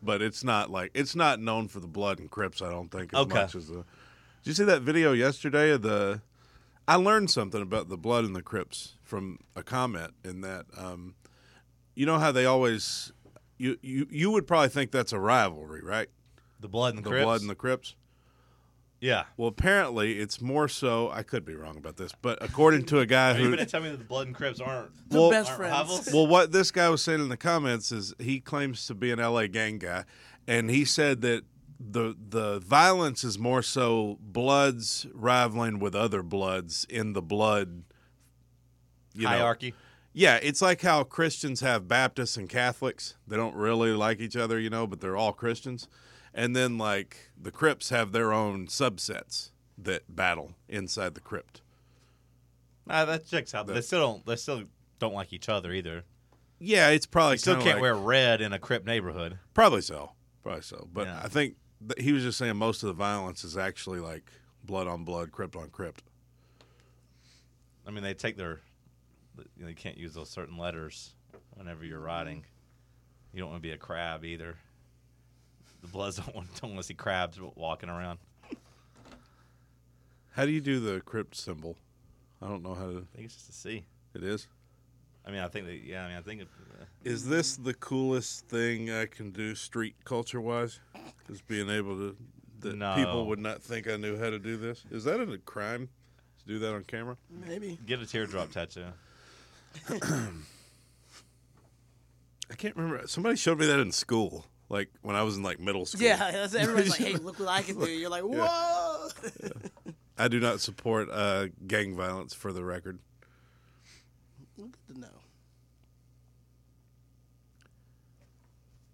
B: but it's not like it's not known for the blood and Crips. I don't think as
A: Okay.
B: much as the. Did you see that video yesterday of the? I learned something about the blood in the Crips from a comment in that um, you know how they always you, you you would probably think that's a rivalry, right?
A: The blood and
B: The
A: the, Crips?
B: blood in the Crips.
A: yeah.
B: Well, apparently it's more so. I could be wrong about this, but according to a guy
A: Are you
B: who
A: going to tell me that the blood and Crips aren't?
E: The
B: Well-
E: best
A: Aren't
E: friends.
A: rivals?
B: well, what this guy was saying in the comments is he claims to be an LA gang guy, and he said that the the violence is more so bloods rivaling with other bloods in the blood you know,
A: Hierarchy.
B: Yeah, it's like how Christians have Baptists and Catholics. They don't really like each other, you know, but they're all Christians. And then like the Crips have their own subsets that battle inside the crypt.
A: Nah, that checks out. But they still don't. They still don't like each other either.
B: Yeah, it's probably
A: They still
B: kinda
A: can't
B: like-
A: wear red in a Crip neighborhood.
B: Probably so. Probably so. But
A: Yeah.
B: I think th- he was just saying most of the violence is actually like blood on blood, crypt on crypt.
A: I mean, they take their. you know, They can't use those certain letters whenever
B: Mm-hmm.
A: you're riding. You don't want to be a crab either. The Bloods don't want, don't want to see crabs walking around.
B: How do you do the crypt symbol? I don't know how to.
A: I think it's just a C.
B: It is.
A: I mean, I think that. Yeah, I mean, I think. It, uh,
B: Is this the coolest thing I can do street culture wise? Is being able to that
A: No.
B: people would not think I knew how to do this. Is that a crime to do that on camera?
E: Maybe.
A: get a teardrop tattoo.
B: I can't remember. Somebody showed me that in school, like when I was in like middle school.
E: Yeah, that's, everyone's like, hey, look what I can do. You're like, whoa.
B: I do not support uh, gang violence, for the record.
E: Good to know.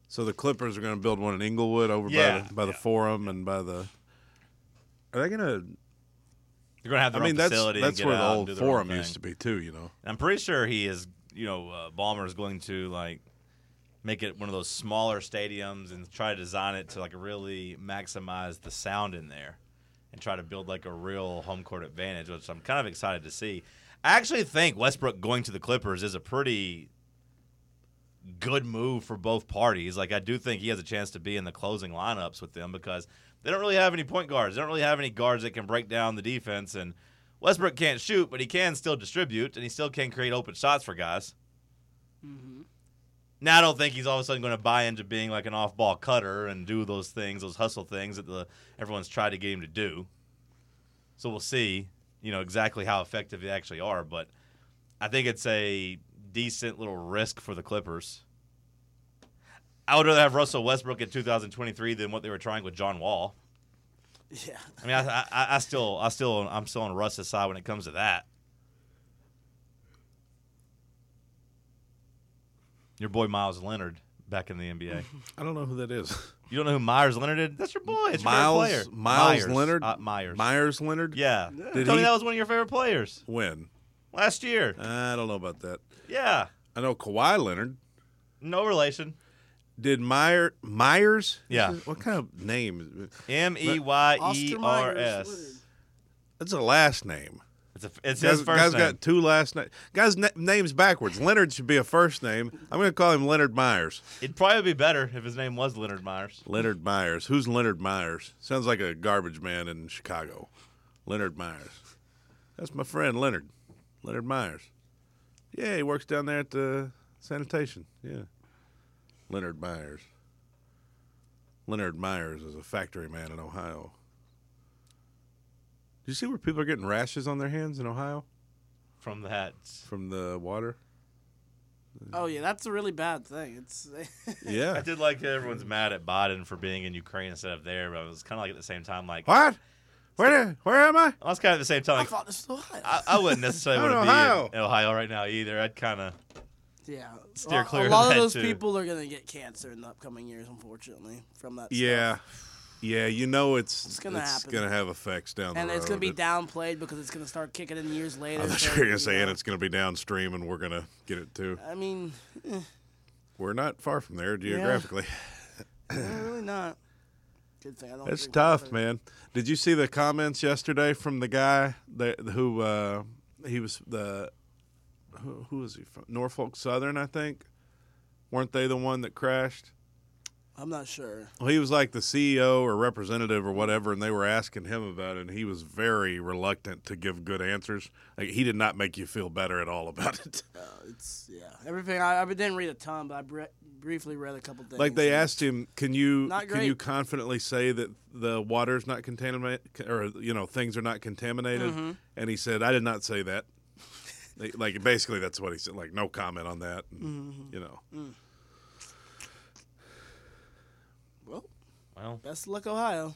B: So the Clippers are going to build one in Inglewood over by
A: Yeah.
B: the, by the Forum and by the. Are they going to?
A: They're gonna have
B: I
A: their
B: mean,
A: own
B: that's
A: facility. and
B: that's
A: get
B: where the
A: out and
B: old
A: do their own
B: Forum
A: thing.
B: used to be too. You know.
A: I'm pretty sure he is. You know, uh, Ballmer is going to like make it one of those smaller stadiums and try to design it to like really maximize the sound in there and try to build like a real home court advantage, which I'm kind of excited to see. I actually think Westbrook going to the Clippers is a pretty good move for both parties. Like I do think he has a chance to be in the closing lineups with them because they don't really have any point guards. They don't really have any guards that can break down the defense and Westbrook can't shoot, but he can still distribute and he still can create open shots for guys. Now I don't think he's all of a sudden going to buy into being like an off-ball cutter and do those things, those hustle things that the everyone's tried to get him to do. So we'll see, you know, exactly how effective they actually are, but I think it's a decent little risk for the Clippers. I would rather have Russell Westbrook in 2023 than what they were trying with John Wall.
E: Yeah.
A: I mean, I, I, I still, I still, I'm still on Russ's side when it comes to that. Your boy Miles Leonard back in the NBA.
B: I don't know who that is.
A: You don't know who Myers Leonard is? That's your boy. It's your favorite
B: Miles
A: player.
B: Miles
A: Myers.
B: Leonard
A: Uh, Myers.
B: Myers Leonard.
A: Yeah.
B: Did
A: Tell
B: he- Uh,
A: me that was one of your favorite players
B: When?
A: last year.
B: I don't know about that.
A: Yeah.
B: I know Kawhi Leonard.
A: No relation.
B: Did Meyer Myers?
A: Yeah.
B: What kind of name? is-
A: M E Y E
E: Oscar
A: R
E: Myers.
A: S.
E: Leonard.
B: That's a last name.
A: It's a, it's
B: Guys,
A: his first
B: guy's
A: name.
B: got two last names. Guys' na- names backwards. Leonard should be a first name. I'm going to call him Leonard Myers.
A: It'd probably be better if his name was Leonard Myers.
B: Leonard Myers. Who's Leonard Myers? Sounds like a garbage man in Chicago. Leonard Myers. That's my friend Leonard. Leonard Myers. Yeah, he works down there at the sanitation. Yeah. Leonard Myers. Leonard Myers is a factory man in Ohio. Do you see where people are getting rashes on their hands in Ohio
A: From that,
B: from the water?
E: Oh, yeah, that's a really bad thing. It's
A: I
B: Yeah.
A: did like that everyone's mad at Biden for being in Ukraine instead of there, but it was kind of like at the same time, like
B: What? Where where am I?
A: I was kind of at the same time.
E: I
A: Like,
E: thought this was hot.
A: I, I wouldn't necessarily
B: I'm in
A: want to
B: Ohio.
A: be in Ohio right now either. I'd kind of
E: yeah.
A: Steer
E: Well,
A: clear
E: a
A: of
E: lot
A: that,
E: of those
A: too.
E: people are going to get cancer in the upcoming years, unfortunately, from that.
B: Yeah. Yeah, you know it's
E: It's gonna happen.
B: gonna have effects down
E: and
B: the road.
E: it's going to be
B: It-
E: downplayed because it's going to start kicking in years later.
B: I thought you
E: so,
B: were gonna say,
E: know.
B: and it's gonna be downstream, and we're gonna get it too.
E: I mean,
B: We're not far from there geographically.
E: no, really not. Good thing I don't.
B: It's
E: drink
B: tough,
E: water.
B: man. Did you see the comments yesterday from the guy that who uh, he was the who, who was he from Norfolk Southern, I think? Weren't they the one that crashed?
E: I'm not sure.
B: Well, he was like the CEO or representative or whatever, and they were asking him about it, and he was very reluctant to give good answers. Like, he did not make you feel better at all about it.
E: Uh, It's yeah. Everything I, I didn't read a ton, but I bre- briefly read a couple things.
B: like they asked him, "Can you
E: Not
B: can you
E: great.
B: confidently say that the water is not contaminated, or you know things are not contaminated?"
E: Mm-hmm.
B: And he said, "I did not say that." Like- like basically, that's what he said. Like no comment on that. and,
E: Mm-hmm.
B: You know,
E: Well,
A: Well,
E: best of luck, Ohio.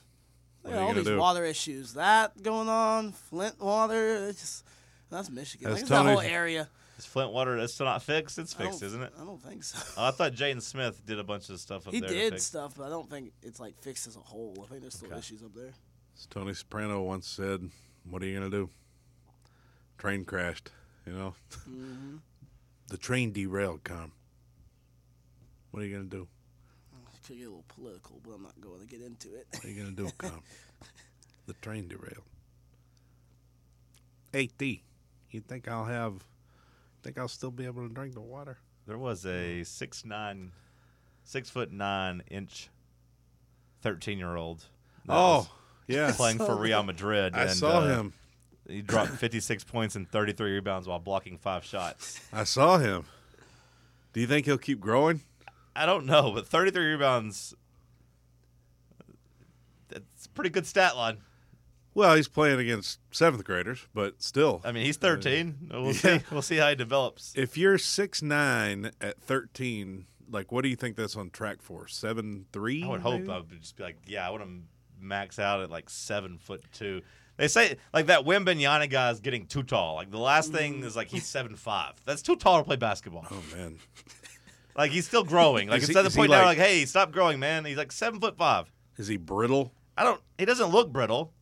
E: Look
B: are
E: at
B: you
E: all
B: gonna
E: these
B: do?
E: water issues. That going on, Flint water. It's just, that's Michigan.
B: That's
E: Like, it's that
B: Tony-
E: whole area.
A: is Flint water that's still not fixed? It's
E: I
A: fixed,
E: don't-
A: isn't it?
E: I don't think so.
A: Oh, I thought Jaden Smith did a bunch of stuff up
E: he
A: there. to
E: did
A: fix-
E: stuff, but I don't think it's like fixed as a whole. I think there's still
A: Okay.
E: issues up there.
B: As Tony Soprano once said, "What are you gonna do? Train crashed. You know, the train derailed. Come. What are you gonna do?
E: Could get a little political, but I'm not going to get into it.
B: What are you gonna do? Come. the train derailed. Hey D, you think I'll have? Think I'll still be able to drink the water?
A: There was a six nine, six foot nine inch, thirteen year old.
B: Oh, yeah.
A: playing for Real Madrid.
B: I
A: and,
B: saw
A: uh,
B: him.
A: He dropped 56 points and 33 rebounds while blocking five shots.
B: I saw him. Do you think he'll keep growing?
A: I don't know, but 33 rebounds. That's a pretty good stat line.
B: Well, he's playing against seventh graders, but still.
A: I mean, he's 13. We'll
B: Yeah.
A: see. We'll see how he develops.
B: If you're six nine at thirteen, like what do you think that's on track for? Seven three?
A: I would hope
B: maybe?
A: I would just be like, yeah, I want to max out at like seven foot two. They say like that Wimbenyana guy is getting too tall. Like the last thing
B: Mm.
A: is like he's seven five. That's too tall to play basketball.
B: Oh man,
A: Like he's still growing. Like
B: Is he-
A: it's at the
B: is he
A: point now,
B: like-
A: like, hey, stop growing, man. He's like seven foot five.
B: is he brittle?
A: I don't. He doesn't look brittle,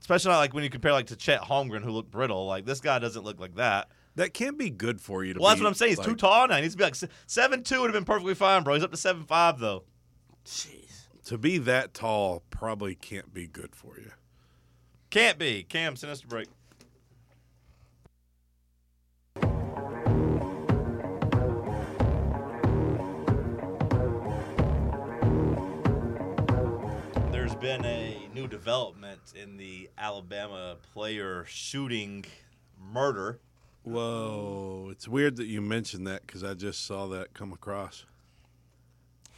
A: especially not like when you compare like to Chet Holmgren, who looked brittle. Like this guy doesn't look like that.
B: That can't be good for you. To
A: Well,
B: be,
A: that's what I'm saying. He's too
B: like-
A: tall now. He needs to be like se- seven two would have been perfectly fine, bro. He's up to seven five though.
E: Jeez.
B: To be that tall probably can't be good for you.
A: Can't be. Cam, send us a break. There's been a new development in the Alabama player shooting murder.
B: Whoa, it's weird that you mentioned that because I just saw that come across.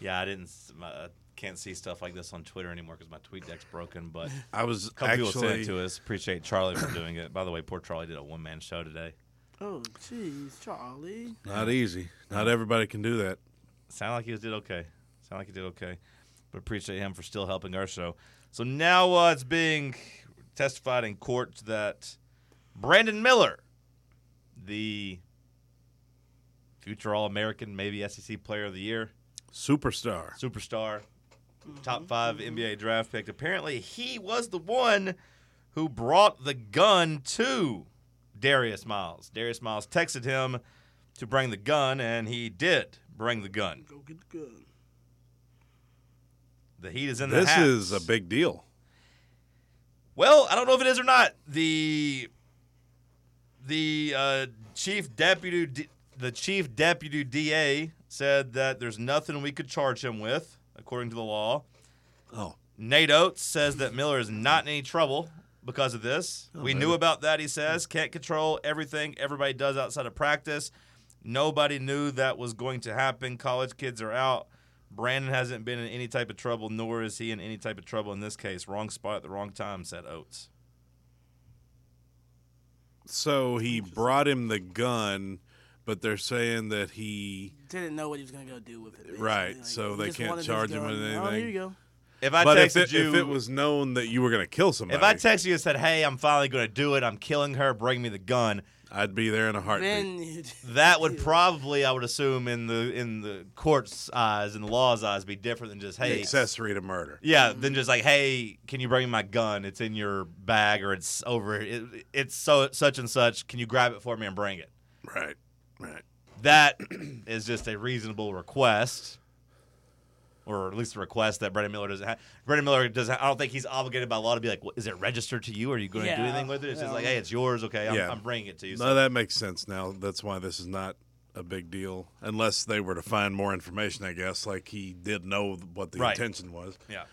A: Yeah, I didn't. s- my- I can't see stuff like this on Twitter anymore because my tweet deck's broken. But a
B: I was
A: couple people sent
B: actually
A: it to us. Appreciate Charlie for doing it. By the way, poor Charlie did a one man show today.
E: Oh, jeez, Charlie.
B: not easy. Not everybody can do that.
A: Sound like he did okay. Sound like he did okay. But appreciate him for still helping our show. So now uh, it's being testified in court that Brandon Miller, the future All American, maybe SEC Player of the Year,
B: Superstar.
A: superstar, top 5 NBA draft pick. Apparently, he was the one who brought the gun to Darius Miles. Darius Miles texted him to bring the gun, and he did bring the gun.
E: Go get the gun.
A: The heat is in the
B: This
A: hat.
B: is a big deal.
A: Well, I don't know if it is or not. The the uh, chief deputy D- the chief deputy DA said that there's nothing we could charge him with according to the law.
B: Oh,
A: Nate Oates says that Miller is not in any trouble because of this. we
B: maybe.
A: knew about that, he says. Can't control everything everybody does outside of practice. Nobody knew that was going to happen. College kids are out. Brandon hasn't been in any type of trouble, nor is he in any type of trouble in this case. Wrong spot at the wrong time, said Oates.
B: so he brought him the gun, but they're saying that he.
E: Didn't know what he was gonna go do with it. basically.
B: Right,
E: Like,
B: so
E: he
B: they
E: just
B: can't
E: wanted his
B: charge him
E: gun.
B: with
E: Oh, here
B: anything.
E: you go.
A: If I
B: but if
A: texted
B: it,
A: you,
B: if it was known that you were going to kill somebody,
A: if I texted you and said, "Hey, I'm finally going to do it. I'm killing her. Bring me the gun,"
B: I'd be there in a heartbeat.
E: Then you'd-
A: that would probably, I would assume, in the in the court's eyes, in the law's eyes, be different than just,
B: The
A: "Hey,
B: accessory to murder.
A: Yeah, then just like, hey, can you bring me my gun? It's in your bag, or it's over. It, it's so such and such. Can you grab it for me and bring it?
B: Right, right.
A: That is just a reasonable request, or at least a request that Brendan Miller doesn't have. Brendan Miller doesn't. I don't think he's obligated by law to be like, "What- is it registered to you? Are you going to do
E: Yeah,
A: anything with it? It's just
E: yeah.
A: like, hey, it's yours. Okay, I'm,
B: Yeah.
A: I'm bringing it to you. So
B: No, that makes sense now. That's why this is not a big deal unless they were to find more information. I guess like he did know what the
A: Right.
B: intention was.
A: Yeah.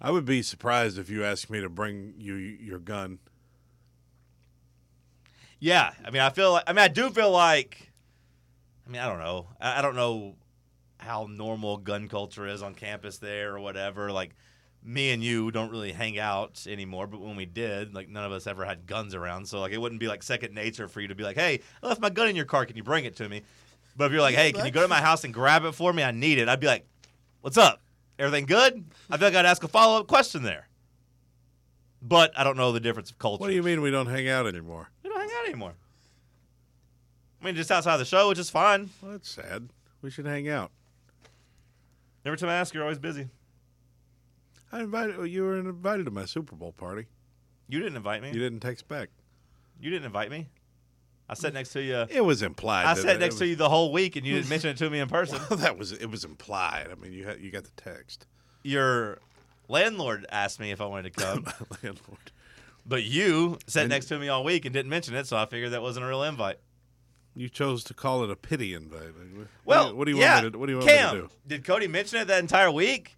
B: I would be surprised if you asked me to bring you your gun.
A: Yeah, I mean, I feel like I mean, I do feel like I mean, I don't know. I, I don't know how normal gun culture is on campus there or whatever. Like me and you don't really hang out anymore, but when we did, like none of us ever had guns around, so like it wouldn't be like second nature for you to be like, "Hey, I left my gun in your car. Can you bring it to me?" But if you're like, "Hey, can you go to my house and grab it for me? I need it." I'd be like, "What's up? Everything good?" I feel like I'd ask a follow-up question there. But I don't know the difference of culture.
B: What do you mean we don't hang out anymore?
A: We don't hang out anymore. I mean, just outside the show, which is fine.
B: Well, that's sad. We should hang out.
A: Every time I ask, you're always busy.
B: I invited you were invited to my Super Bowl party.
A: You didn't invite me.
B: You didn't text back.
A: You didn't invite me. I sat next to you.
B: It was implied.
A: I
B: that-
A: sat
B: it
A: next
B: was-
A: to you the whole week, and you didn't mention it to me in person.
B: that was it was implied. I mean, you had, you got the text.
A: Your landlord asked me if I wanted to come,
B: My landlord.
A: but you sat next to me all week and didn't mention it, so I figured that wasn't a real invite.
B: You chose to call it a pity invite.
A: Well,
B: what do you
A: yeah.
B: want me to, what do you want
A: Cam,
B: me to do?
A: Did Cody mention it that entire week?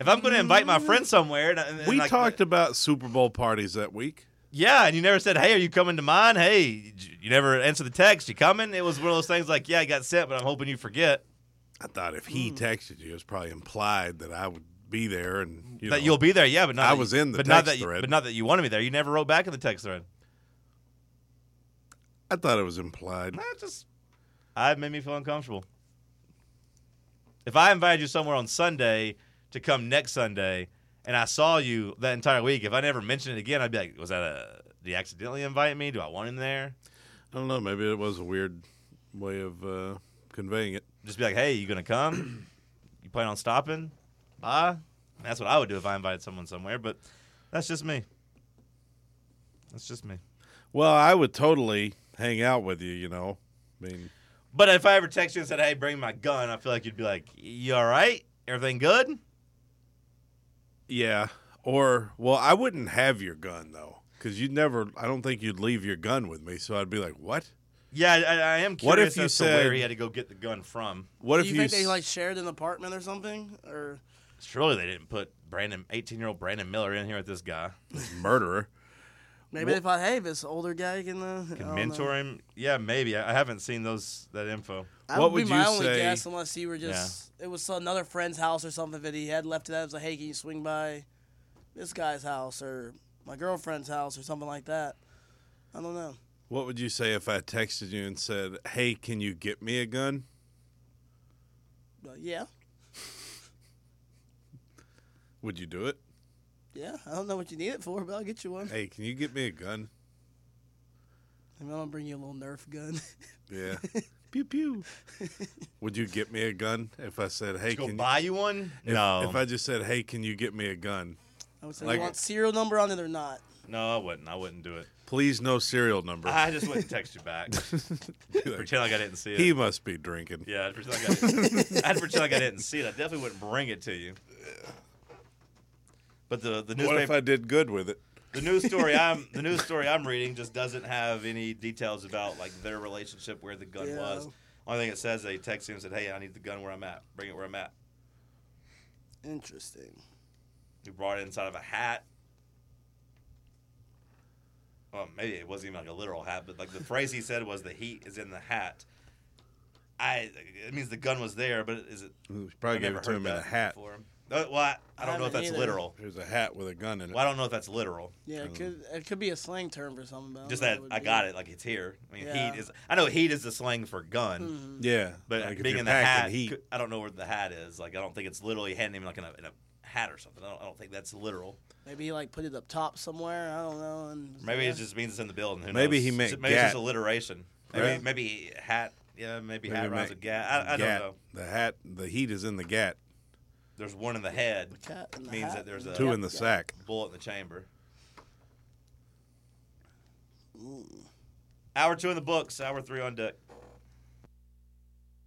A: If I'm going to invite my friend somewhere, and, and,
B: We
A: like, uh,
B: talked about Super Bowl parties that week.
A: Yeah, and you never said, "Hey, are you coming to mine?" Hey, you never answered the text. You coming? It was one of those things like, "Yeah, I got sent, but I'm hoping you forget
B: I thought if
A: Hmm.
B: he texted you, it's probably implied that I would be there and you
A: that
B: know,
A: you'll be there." Yeah, but not
B: I
A: that you-
B: was in the
A: but not
B: text
A: that you-
B: thread.
A: but not that you wanted me there. You never wrote back in the text thread.
B: I thought it was implied.
A: That just, I it made me feel uncomfortable. If I invited you somewhere on Sunday to come next Sunday, and I saw you that entire week, if I never mentioned it again, I'd be like, "Was that a? Did you accidentally invite me? Do I want him there?"
B: I don't know. Maybe it was a weird way of uh, conveying it.
A: Just be like, "Hey, you gonna come? you plan on stopping? Bye." That's what I would do if I invited someone somewhere, but that's just me. That's just me.
B: Well, I would totally hang out with you. You know, I mean,
A: But if I ever text you and said, "Hey, bring my gun," I feel like you'd be like, "You all right? Everything good?"
B: yeah. Or well, I wouldn't have your gun though, because you'd never. I don't think you'd leave your gun with me. So I'd be like, what?
A: Yeah, I, I- I am curious
B: What if you
A: as to where
B: said-
A: he had to go get the gun from.
B: What
E: Do
B: if
E: you,
B: you,
E: think they
B: s-
E: like shared an apartment or something? Or
A: Surely they didn't put Brandon, eighteen-year-old Brandon Miller, in here with this guy.
B: murderer?
E: maybe they thought, hey, this older guy can, uh, I
A: Can
E: don't
A: mentor
E: know.
A: him? Yeah, maybe. I, I haven't seen those that info.
E: That
B: What
E: would
B: would
E: be my
B: you
E: only
B: say-
E: guess, unless you were just it was another friend's house or something that he had left to that. It was like, hey, can you swing by this guy's house or my girlfriend's house or something like that? I don't know.
B: What would you say if I texted you and said, "Hey, can you get me a gun?"
E: But yeah,
B: Would you do it?
E: yeah. I don't know what you need it for, but I'll get you one.
B: Hey, can you get me a gun?
E: I mean, I'm gonna bring you a little Nerf gun.
B: Yeah. pew pew. Would you get me a gun if I said, "Hey,
A: Go
B: can
A: buy you one?
B: you, if-
A: no,
B: If I just said, "Hey, can you get me a gun?"
E: I would say
B: Like-
E: you want serial number on it or not.
A: no, I wouldn't. I wouldn't do it.
B: Please, no serial number.
A: I just wouldn't text you back. pretend like I didn't see it.
B: he must be drinking.
A: yeah, I'd pretend, like I didn't, I'd pretend like I didn't see it. I definitely wouldn't bring it to you. But the the
B: What if I
A: newspaper,
B: did good with it?
A: the news story I'm the news story I'm reading just doesn't have any details about like their relationship where the gun
E: Yeah.
A: was. Only thing it says they texted him and said, "Hey, I need the gun where I'm at. Bring it where I'm at."
E: Interesting.
A: He brought it inside of a hat. Well, maybe it wasn't even like a literal hat, but like the phrase he said was "the heat is in the hat." I it means the gun was there, but is it?
B: He
A: I
B: probably gave
A: never
B: it to
A: heard
B: him in a
A: that
B: hat.
A: before. Uh, well, I, I don't know if
E: haven't
A: that's
E: either.
A: literal.
B: It was a hat with a gun in it.
A: Well, I don't know if that's literal.
E: Yeah, it could it could be a slang term for something. But
A: Um, Just
E: I
A: that
E: don't know what
A: I
E: would
A: got
E: be.
A: it, like it's here. I mean,
E: Yeah. Hmm.
A: heat is. I know heat is the slang for gun,
B: Yeah,
A: but
B: like if
A: being
B: you're
A: in the
B: packing
A: hat,
B: heat.
A: could- I don't know where the hat is. Like, I don't think it's literally handing him like in a, in a hat or something. I don't, I don't think that's literal.
E: Maybe he like put it up top somewhere. I don't know. And
A: Maybe
E: yeah.
A: it just means it's in the building. Who
B: Maybe
A: knows?
B: he meant
A: So maybe it's just
B: gat.
A: alliteration. Maybe
B: Right.
A: maybe hat. Yeah,
B: Maybe
A: maybe, hat
B: it
A: rhymes
B: meant
A: with gat. I, I
B: Gat.
A: don't know.
B: The hat, the heat is in the gat.
A: There's one in the head.
E: cat in the
A: means
E: hat
A: that there's
E: and
A: a
B: Two in the sack.
A: bullet in the chamber. Hour two in the books. Hour three on deck.